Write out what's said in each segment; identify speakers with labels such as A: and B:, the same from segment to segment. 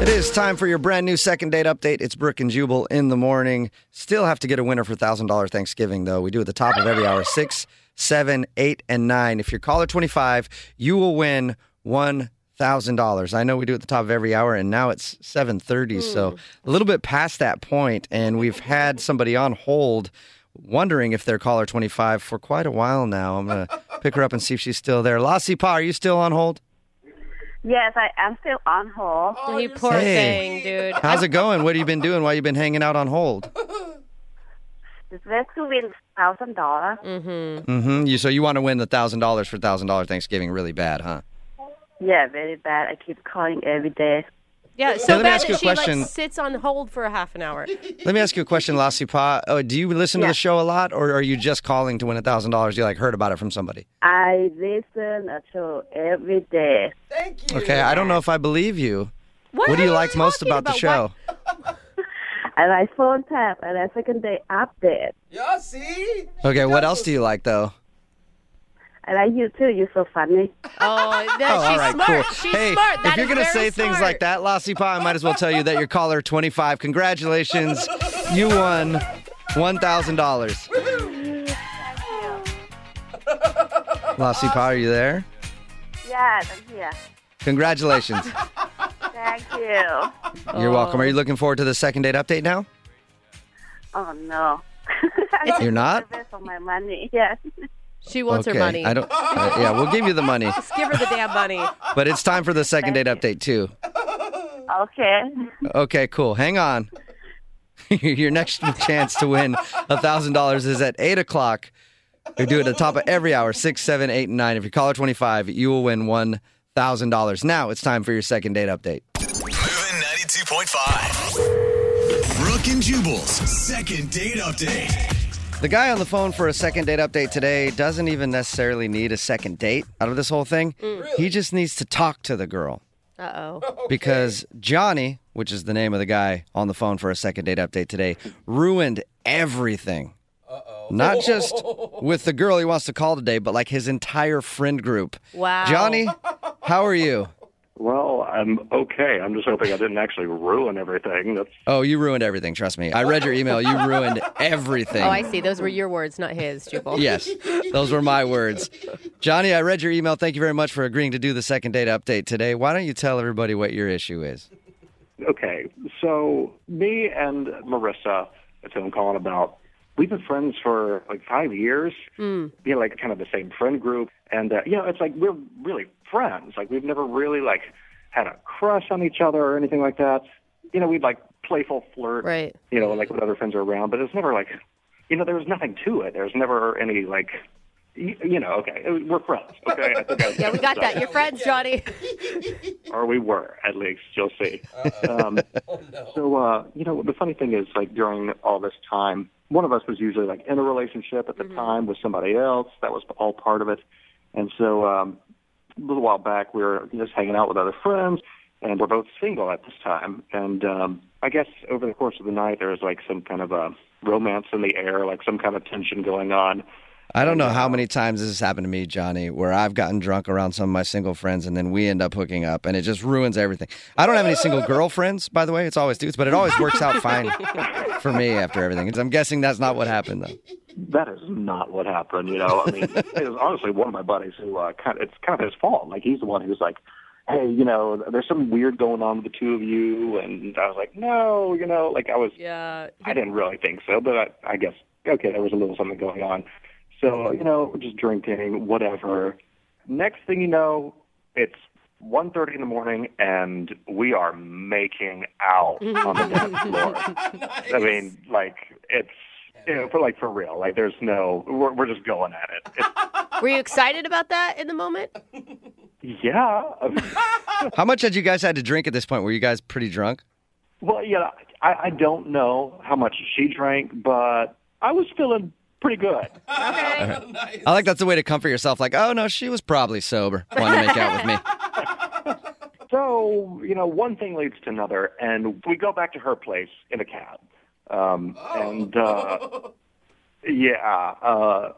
A: It is time for your brand new second date update. It's Brooke and Jubal in the morning. Still have to get a winner for $1,000 Thanksgiving, though. We do at the top of every hour six, seven, eight, and nine. If you're caller 25, you will win $1,000. I know we do at the top of every hour, and now it's 7.30, so a little bit past that point, and we've had somebody on hold wondering if they're caller 25 for quite a while now. I'm going to pick her up and see if she's still there. Lassie Pa, are you still on hold?
B: Yes, I am still on hold.
A: Oh.
C: you poor
A: Hey.
C: thing, dude.
A: How's it going? What have you been doing while you've been hanging out on hold?
B: It's best to win thousand dollars.
A: hmm You so you want to win the thousand dollars for thousand dollar Thanksgiving really bad, huh?
B: Yeah, very bad. I keep calling every day.
C: Yeah, so
A: me
C: bad
A: ask you a
C: that she
A: question.
C: like sits on hold for a half an hour.
A: Let me ask you a question, Lasipa. Oh, do you listen to the show a lot, or are you just calling to win a thousand dollars? You like heard about it from somebody?
B: I listen to every day.
A: Okay, I don't know if I believe you.
C: What,
A: What do
C: are
A: you like most
C: talking
A: about, the show?
C: Why-
B: I like phone tap and I second day update.
D: Yeah, see?
A: Okay, what else do you like though?
B: I like you too. You're so funny.
C: Oh, that,
A: Oh,
C: she's
A: all right,
C: smart.
A: cool.
C: She's
A: hey,
C: smart.
A: if
C: That
A: you're
C: is
A: gonna
C: very
A: say things
C: smart.
A: like that, Lasipa, I might as well tell you that you're caller 25. Congratulations, you won one thousand dollars. Lasipa, are you there?
B: Yes, I'm here.
A: Congratulations.
B: Thank you.
A: You're welcome. Are you looking forward to the second date update now?
B: Oh no.
A: You're not?
B: Best for my money. Yes.
C: she wants
A: okay.
C: her money.
A: I don't. uh, yeah, we'll give you the money,
C: Just give her the damn money.
A: but it's time for the second date update too.
B: Okay.
A: Okay, cool. Hang on. Your next chance to win thousand dollars is at eight o'clock. We do it at the top of every hour, six, seven, eight, and nine. If you call her twenty-five, you will win one thousand dollars. Now it's time for your second date update.
E: Moving 92.5. Brooke and Jubal's second date update.
A: The guy on the phone for a second date update today doesn't even necessarily need a second date out of this whole thing. He just needs to talk to the girl.
C: Uh oh.
A: because Johnny, which is the name of the guy on the phone for a second date update today, ruined everything. Uh-oh. Not just with the girl he wants to call today, but like his entire friend group.
C: Wow.
A: Johnny, how are you?
F: Well, I'm okay. I'm just hoping I didn't actually ruin everything. That's
A: Oh, you ruined everything. Trust me. I read your email. You ruined everything.
C: Oh, I see. Those were your words, not his, Jubal.
A: Yes, those were my words. Johnny, I read your email. Thank you very much for agreeing to do the second date update today. Why don't you tell everybody what your issue is?
F: okay. So me and Marissa, that's who I'm calling about. We've been friends for like five years.
C: Hmm.
F: Mm. You know, like kind of the same friend group, and uh, you know, it's like we're really friends. Like we've never really like had a crush on each other or anything like that. You know, we'd like playful flirt.
C: Right.
F: You know, like when other friends are around, but it's never like, you know, there was nothing to it. There's never any like, you, you know, okay, we're friends. Okay, I think I
C: Yeah, we got that. Your friends, Johnny.
F: or we were at least. You'll see. Um, So uh, you know, the funny thing is, like during all this time, one of us was usually like in a relationship at the time with somebody else. That was all part of it. And so um, a little while back, we were just hanging out with other friends, and we're both single at this time. And um, I guess over the course of the night, there was like some kind of a romance in the air, like some kind of tension going on.
A: I don't know how many times this has happened to me, Johnny, where I've gotten drunk around some of my single friends and then we end up hooking up and it just ruins everything. I don't have any single girlfriends, by the way. It's always dudes, but it always works out fine for me after everything. I'm guessing that's not what happened, though.
F: that is not what happened. You know, I mean, it was honestly one of my buddies who uh, kind of, it's kind of his fault. Like he's the one who's like, hey, you know, there's something weird going on with the two of you, and I was like, no, you know, like I was,
C: Yeah.
F: I didn't really think so, but I, I guess okay, there was a little something going on. So you know, we're just drinking, whatever. Next thing you know, it's one thirty in the morning, and we are making out on the dance floor. I mean, like it's. You know, for like for real, like there's no, we're, we're just going at it. It's,
C: Were you excited about that in the moment?
F: yeah, I mean,
A: How much had you guys had to drink at this point? Were you guys pretty drunk?
F: Well, yeah, I, I don't know how much she drank, but I was feeling pretty good.
A: I like that's the way to comfort yourself. Like, oh no, she was probably sober. Want to make out with me?
F: So, you know, one thing leads to another, and we go back to her place in a cab. Um, And, uh, yeah, uh,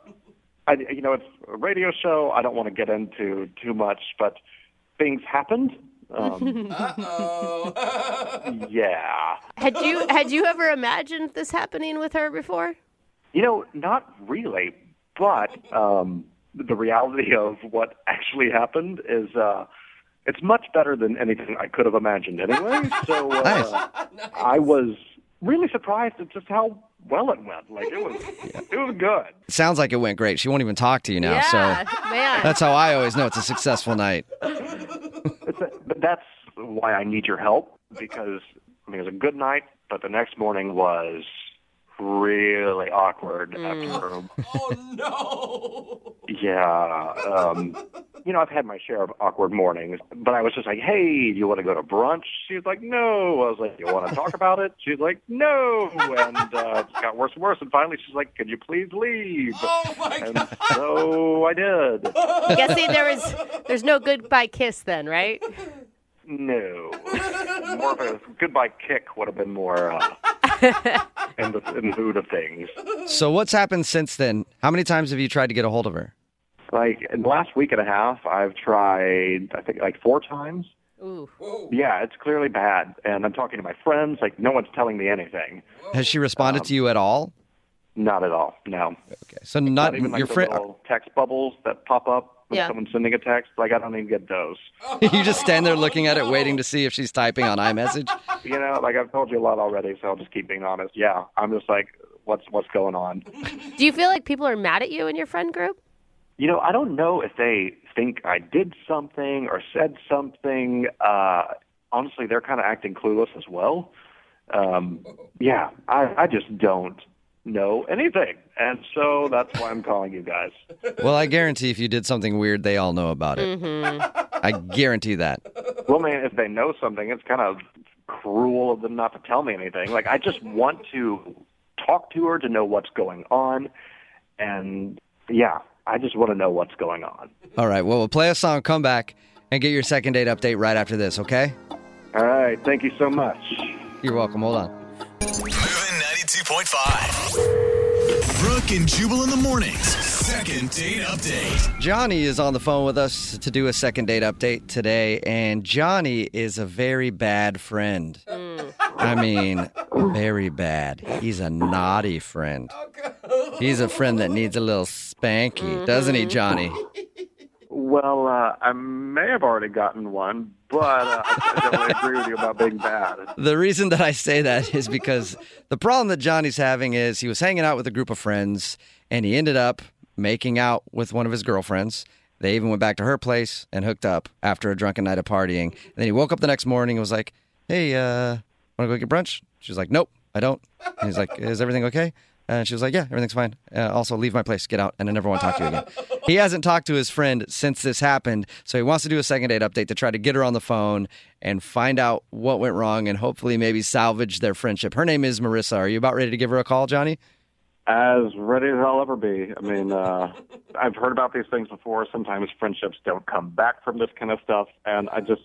F: I, you know, it's a radio show. I don't want to get into too much, but things happened. Um,
D: Uh oh.
F: yeah.
C: Had you had you ever imagined this happening with her before?
F: You know, not really, but um, the reality of what actually happened is uh, it's much better than anything I could have imagined anyway. So uh, I was really surprised at just how well it went. Like it was, it was good.
A: It sounds like it went great. She won't even talk to you now.
C: yeah,
A: So
C: man.
A: that's how I always know it's a successful night.
F: But that's why I need your help because I mean it was a good night, but the next morning was really awkward after.
D: Oh
F: Yeah, um, you know I've had my share of awkward mornings, but I was just like, "Hey, do you want to go to brunch?" She was like, "No." I was like, "You want to talk about it?" She was like, "No," and uh, it got worse and worse. And finally, she's like, "Could you please leave?"
D: Oh my
F: And so I did.
C: Guessing there was there's no goodbye kiss then, right?
F: No. More of a goodbye kick would have been more uh, in, the, in the mood of things.
A: So what's happened since then? How many times have you tried to get a hold of her?
F: Like, in the last week and a half, I've tried, I think, like four times.
C: Ooh.
F: Yeah, it's clearly bad. And I'm talking to my friends. Like, no one's telling me anything.
A: Has she responded to you at all?
F: Not at all. No.
A: Okay. So not,
F: Not even like
A: Uh, your
F: the
A: friend.
F: little text bubbles that pop up when
C: Yeah.
F: someone's sending a text. Like, I don't even get those.
A: you just stand there looking at it, waiting to see if she's typing on iMessage.
F: You know, like I've told you a lot already, so I'll just keep being honest. Yeah, I'm just like, what's what's going on?
C: Do you feel like people are mad at you in your friend group?
F: You know, I don't know if they think I did something or said something. Uh, honestly, they're kind of acting clueless as well. Um, yeah, I, I just don't know anything. And so that's why I'm calling you guys.
A: Well, I guarantee if you did something weird, they all know about it. I guarantee that.
F: Well, man, if they know something, it's kind of cruel of them not to tell me anything. Like, I just want to talk to her to know what's going on. And yeah, I just want to know what's going on.
A: All right. Well, we'll play a song, come back, and get your second date update right after this, okay?
F: All right. Thank you so much.
A: You're welcome. Hold on.
E: Moving 92.5. Brooke and Jubal in the mornings. Second date update.
A: Johnny is on the phone with us to do a second date update today, and Johnny is a very bad friend. I mean, very bad. He's a naughty friend.
D: no.
A: He's a friend that needs a little spanky, doesn't he, Johnny?
F: Well, uh, I may have already gotten one, but uh, I definitely agree with you about being bad.
A: The reason that I say that is because the problem that Johnny's having is he was hanging out with a group of friends and he ended up making out with one of his girlfriends. They even went back to her place and hooked up after a drunken night of partying. And then he woke up the next morning and was like, Hey, uh, want to go get brunch? She was like, Nope, I don't. And he's like, Is everything okay? And she was like, Yeah, everything's fine. Uh, also, leave my place, get out, and I never want to talk to you again. He hasn't talked to his friend since this happened, so he wants to do a second date update to try to get her on the phone and find out what went wrong and hopefully maybe salvage their friendship. Her name is Marissa. Are you about ready to give her a call, Johnny?
F: As ready as I'll ever be. I mean, uh, I've heard about these things before. Sometimes friendships don't come back from this kind of stuff, and I just,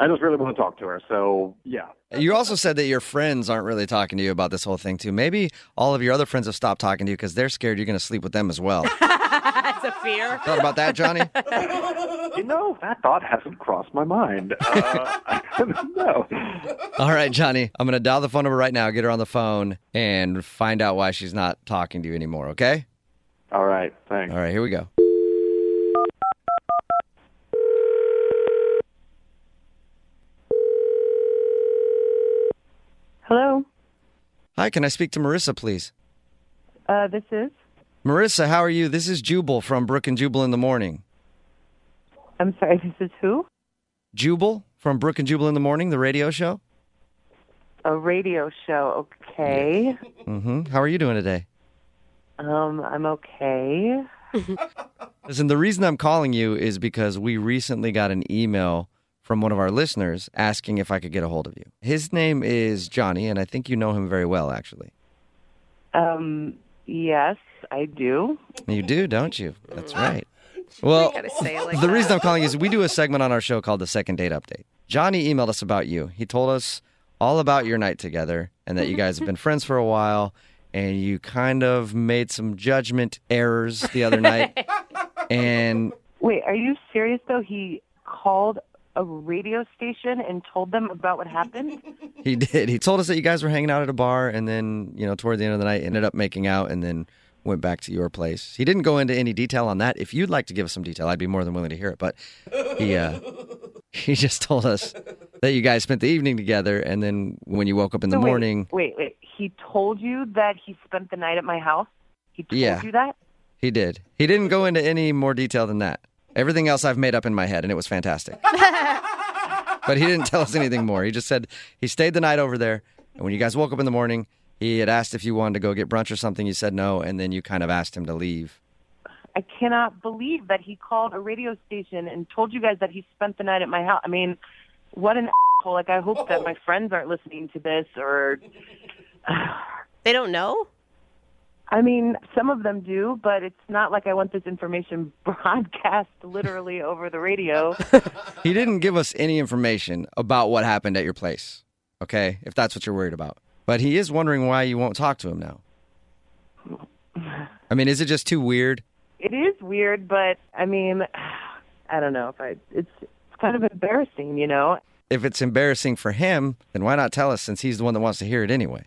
F: I just really want to talk to her. So yeah,
A: You also said that your friends aren't really talking to you about this whole thing, too. Maybe all of your other friends have stopped talking to you because they're scared you're going to sleep with them as well.
C: That's a fear.
A: Thought about that, Johnny?
F: you know, that thought hasn't crossed my mind. Uh, no,
A: All right, Johnny, I'm going to dial the phone number right now, get her on the phone, and find out why she's not talking to you anymore, okay?
F: all right, thanks.
A: All right, here we go.
B: Hello,
A: Hi, can I speak to Marissa, please?
B: uh, this is.
A: Marissa, how are you? This is Jubal from Brook and Jubal in the Morning.
B: I'm sorry, this is who?
A: Jubal from Brook and Jubal in the Morning, the radio show.
B: A radio show. Okay.
A: hmm How are you doing today?
B: Um, I'm okay.
A: Listen, the reason I'm calling you is because we recently got an email from one of our listeners asking if I could get a hold of you. His name is Johnny, and I think you know him very well, actually.
B: Um, yes, I do.
A: You do, don't you? That's right. Well,
C: gotta say it like
A: the
C: that.
A: reason I'm calling is we do a segment on our show called the Second Date Update. Johnny emailed us about you. He told us all about your night together and that you guys have been friends for a while and you kind of made some judgment errors the other night. and
B: Wait, are you serious though? He called
G: a radio station and told them about what happened?
A: He did. He told us that you guys were hanging out at a bar, and then you know, toward the end of the night, ended up making out, and then went back to your place. He didn't go into any detail on that. If you'd like to give us some detail, I'd be more than willing to hear it. But he uh, he just told us that you guys spent the evening together, and then when you woke up in the
G: So wait,
A: morning,
G: Wait, wait. He told you that he spent the night at my house? He told
A: Yeah.
G: you that?
A: he did. He didn't go into any more detail than that. Everything else I've made up in my head, and it was fantastic. but he didn't tell us anything more. He just said he stayed the night over there, and when you guys woke up in the morning, he had asked if you wanted to go get brunch or something. You said no, and then you kind of asked him to leave.
G: I cannot believe that he called a radio station and told you guys that he spent the night at my house. I mean, what an asshole. Like, I hope that my friends aren't listening to this or,
C: They don't know?
G: I mean, some of them do, but it's not like I want this information broadcast literally over the radio.
A: He didn't give us any information about what happened at your place, okay? If that's what you're worried about. But he is wondering why you won't talk to him now. I mean, is it just too weird?
G: It is weird, but I mean, I don't know if I, it's, it's kind of embarrassing, you know?
A: If it's embarrassing for him, then why not tell us since he's the one that wants to hear it anyway?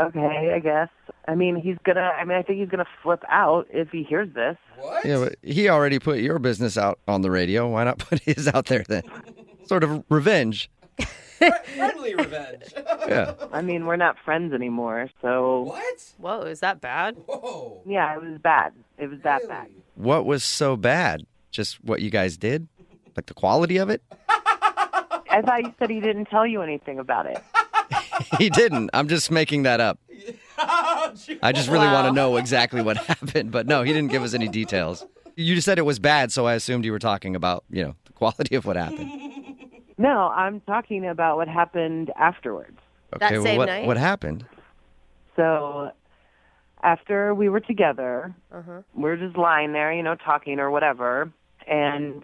G: Okay, I guess. I mean, he's gonna. I mean, I think he's gonna flip out if he hears this.
D: What?
A: Yeah, but he already put your business out on the radio. Why not put his out there then? Sort of revenge.
D: Friendly revenge.
A: Yeah.
G: I mean, we're not friends anymore, so
D: what?
C: Whoa, is that bad?
A: Oh
D: Whoa.
G: yeah, it was bad. It was that bad.
A: What was so bad? Just what you guys did? Like the quality of it?
G: I thought you said he didn't tell you anything about it.
A: He didn't. I'm just making that up. I just really want to know exactly what happened, but no, he didn't give us any details. You just said it was bad, so I assumed you were talking about, you know, the quality of what happened.
G: No, I'm talking about what happened afterwards.
A: Okay, well,
C: same
A: what,
C: night?
A: what happened?
G: So after we were together, we're just lying there, you know, talking or whatever, and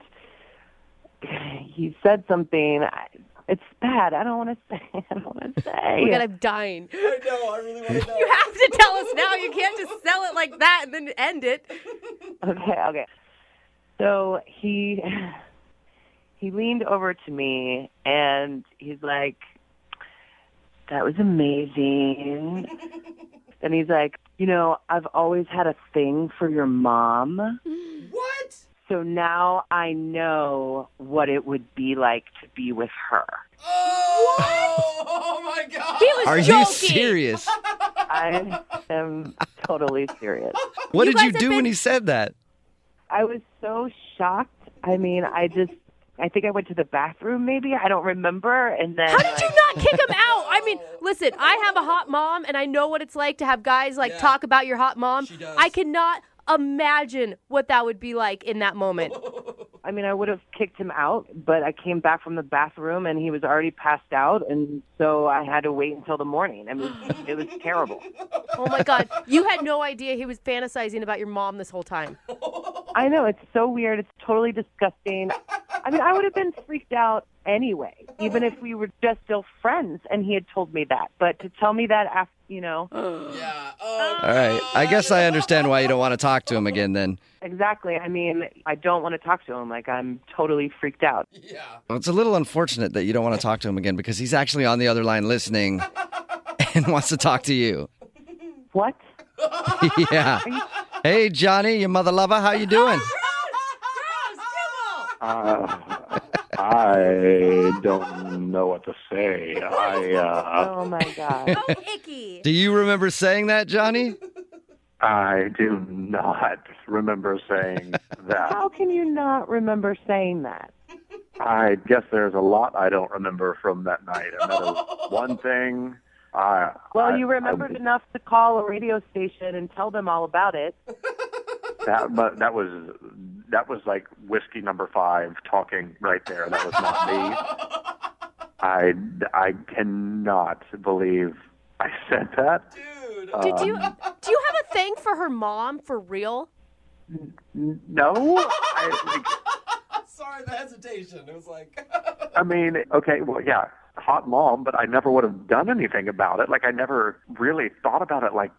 G: he said something. I- It's bad. I don't want to say. I don't want to say.
C: Look at I'm dying. You
D: I know. I really want to know.
C: have to tell us now. You can't just sell it like that and then end it.
G: Okay, okay. So he he leaned over to me and he's like, "That was amazing." and he's like, "You know, I've always had a thing for your mom,
D: What?
G: so now I know what it would be like to be with her."
D: Oh, oh my God.
C: He was
A: Are
C: joking.
A: you serious?
G: I am totally serious.
A: What
C: You
A: did you
C: guys have
A: do when
C: been-
A: he said that?
G: I was so shocked. I mean, I just I think I went to the bathroom maybe. I don't remember and then
C: How did you not kick him out? I mean, listen, I have a hot mom and I know what it's like to have guys like
D: Yeah.
C: talk about your hot mom.
D: She does.
C: I cannot imagine what that would be like in that moment.
G: I mean, I would have kicked him out, but I came back from the bathroom and he was already passed out, and so I had to wait until the morning. I mean, it was terrible.
C: Oh my god, you had no idea he was fantasizing about your mom this whole time.
G: I know it's so weird. It's totally disgusting. I mean, I would have been freaked out anyway, even if we were just still friends and he had told me that. But to tell me that after, you know,
D: Yeah. Oh,
A: All right. I guess I understand why you don't want to talk to him again then.
G: exactly. I mean, I don't want to talk to him. Like, I'm totally freaked out.
D: yeah.
A: Well, it's a little unfortunate that you don't want to talk to him again because he's actually on the other line listening and wants to talk to you.
G: What?
A: yeah. Hey Johnny, your mother lover, how you doing?
F: Uh, I don't know what to say. I uh,
G: Oh my god.
C: Oh, icky.
A: Do you remember saying that, Johnny?
F: I do not remember saying that.
G: How can you not remember saying that?
F: I guess there's a lot I don't remember from that night, and that is one thing. I,
G: Well,
F: I-
G: you remembered
F: I-
G: enough to call a radio station and tell them all about it.
F: that, but that was that was like whiskey number five talking right there. That was not me. I I cannot believe I said that.
D: Dude.
C: Did you do you have a thing for her mom for real?
F: No, I, like,
D: Sorry, the hesitation. It was like.
F: I mean, okay, well, yeah, hot mom, but I never would have done anything about it. Like, I never really thought about it like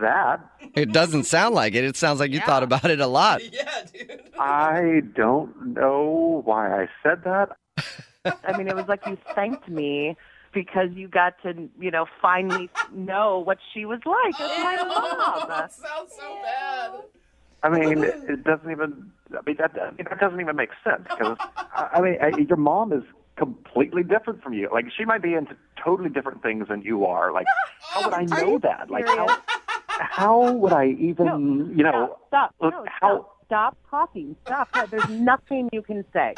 F: that.
A: It doesn't sound like it. It sounds like you thought about it a lot.
D: yeah, dude.
F: I don't know why I said that.
G: I mean, it was like you thanked me because you got to, you know, finally know what she was like. That's my mom.
D: That sounds so bad.
F: I mean, it doesn't even. I mean, that, I mean, that doesn't even make sense because I I mean, I, your mom is completely different from you. Like, she might be into totally different things than you are. Like, how would I know that? Like, how how would I even, you know?
G: Stop.
F: Look,
G: no,
F: how-
G: stop. Stop talking. Stop. No, There's nothing you can say.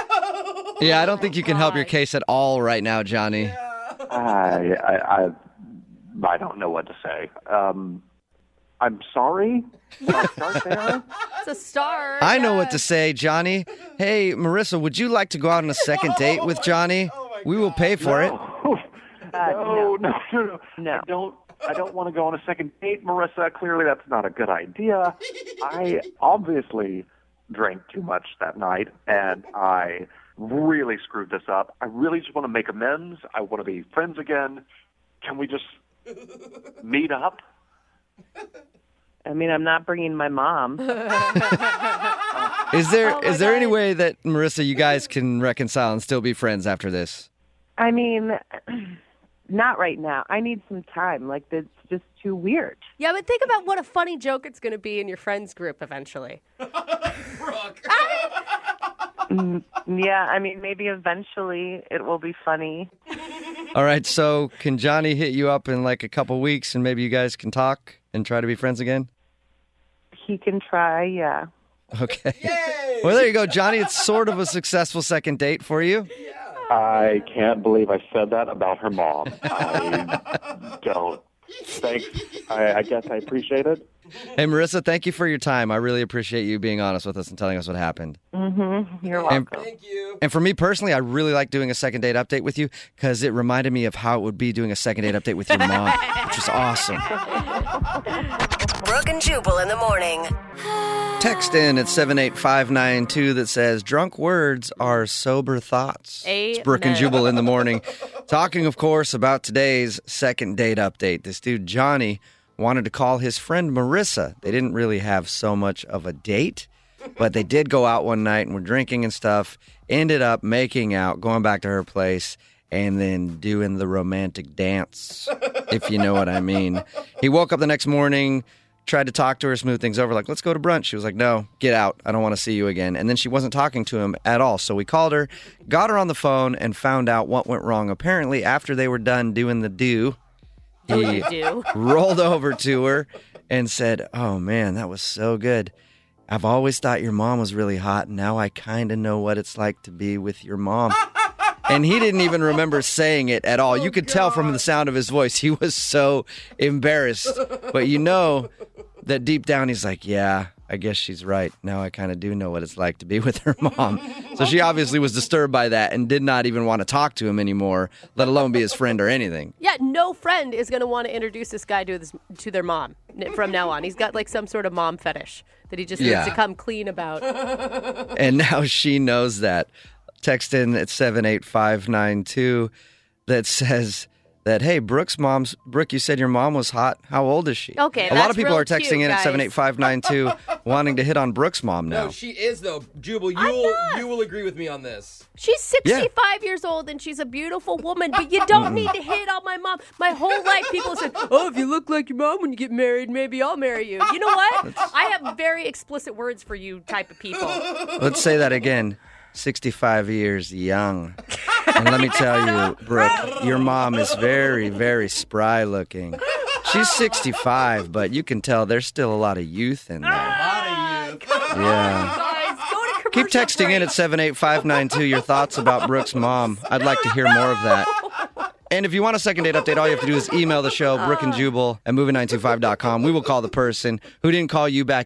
A: Yeah, I don't think you can help your case at all right now, Johnny.
F: I, I, I, I don't know what to say. Um, I'm sorry. Can I start there?
C: It's a star.
A: I know what to say, Johnny. Hey, Marissa, would you like to go out on a second date with Johnny? we will pay for it.
F: No. Uh, no, no, no, no,
G: No.
F: I don't. I don't want to go on a second date, Marissa. Clearly, that's not a good idea. I obviously drank too much that night, and I really screwed this up. I really just want to make amends. I want to be friends again. Can we just meet up?
G: I mean, I'm not bringing my mom.
A: Is there is there any way that Marissa, you guys can reconcile and still be friends after this?
G: I mean, not right now. I need some time. Like, it's just too weird.
C: Yeah, but think about what a funny joke it's going to be in your friends group eventually.
D: Brooke.
G: Yeah, I mean, maybe eventually it will be funny.
A: All right, so can Johnny hit you up in like a couple weeks and maybe you guys can talk and try to be friends again?
G: He can try, yeah.
A: Okay. Well, there you go, Johnny. It's sort of a successful second date for you.
F: I can't believe I said that about her mom. I don't. Thanks. I, I guess I appreciate it.
A: Hey, Marissa, thank you for your time. I really appreciate you being honest with us and telling us what happened.
G: Mm-hmm. You're
A: And,
G: welcome.
D: Thank you.
A: and for me personally, I really like doing a second date update with you because it reminded me of how it would be doing a second date update with your mom, which was awesome.
H: Brooke and Jubal in the morning.
A: Text in at 78592 that says, Drunk words are sober thoughts. It's Brooke and
C: Amen.
A: Jubal in the morning. Talking, of course, about today's second date update. This dude, Johnny, wanted to call his friend Marissa. They didn't really have so much of a date, but they did go out one night and were drinking and stuff. Ended up making out, going back to her place, and then doing the romantic dance, if you know what I mean. He woke up the next morning tried to talk to her, smooth things over, like, let's go to brunch. She was like, no, get out. I don't want to see you again. And then she wasn't talking to him at all. So we called her, got her on the phone, and found out what went wrong. Apparently, after they were done doing the do, he
C: Do.
A: rolled over to her and said, oh man, that was so good. I've always thought your mom was really hot. Now I kind of know what it's like to be with your mom. And he didn't even remember saying it at all. you could tell from the sound of his voice, he was so embarrassed. But you know that deep down, he's like, yeah, I guess she's right. Now I kind of do know what it's like to be with her mom. So she obviously was disturbed by that and did not even want to talk to him anymore, let alone be his friend or anything.
C: Yeah, no friend is going to want to introduce this guy to this to their mom n- from now on. He's got like some sort of mom fetish that he just
A: Yeah.
C: needs to come clean about.
A: And now she knows that. Text in at 78592 that says that, hey, Brooke's mom's, Brooke, you said your mom was hot. How old is she?
C: Okay,
A: A lot
C: that's
A: of people
C: real
A: are texting
C: cute,
A: in at
C: guys.
A: 78592 wanting to hit on Brooke's mom now.
D: No, she is though. Jubal, you will you will agree with me on this.
C: She's
A: Yeah.
C: 65 years old and she's a beautiful woman, but you don't need to hit on my mom. My whole life, people said, Oh, if you look like your mom when you get married, maybe I'll marry you. You know what? I have very explicit words for you type of people.
A: Let's say that again 65 years young. And let me tell you, Brooke, your mom is very, very spry looking. She's 65, but you can tell there's still a lot of youth in there.
D: Out of you.
A: Yeah.
C: Guys, go to commercial
A: Keep texting in at 78592 your thoughts about Brooke's mom. I'd like to hear more of that. And if you want a second date update, all you have to do is email the show, Brooke and Jubal at moving925.com. We will call the person who didn't call you back.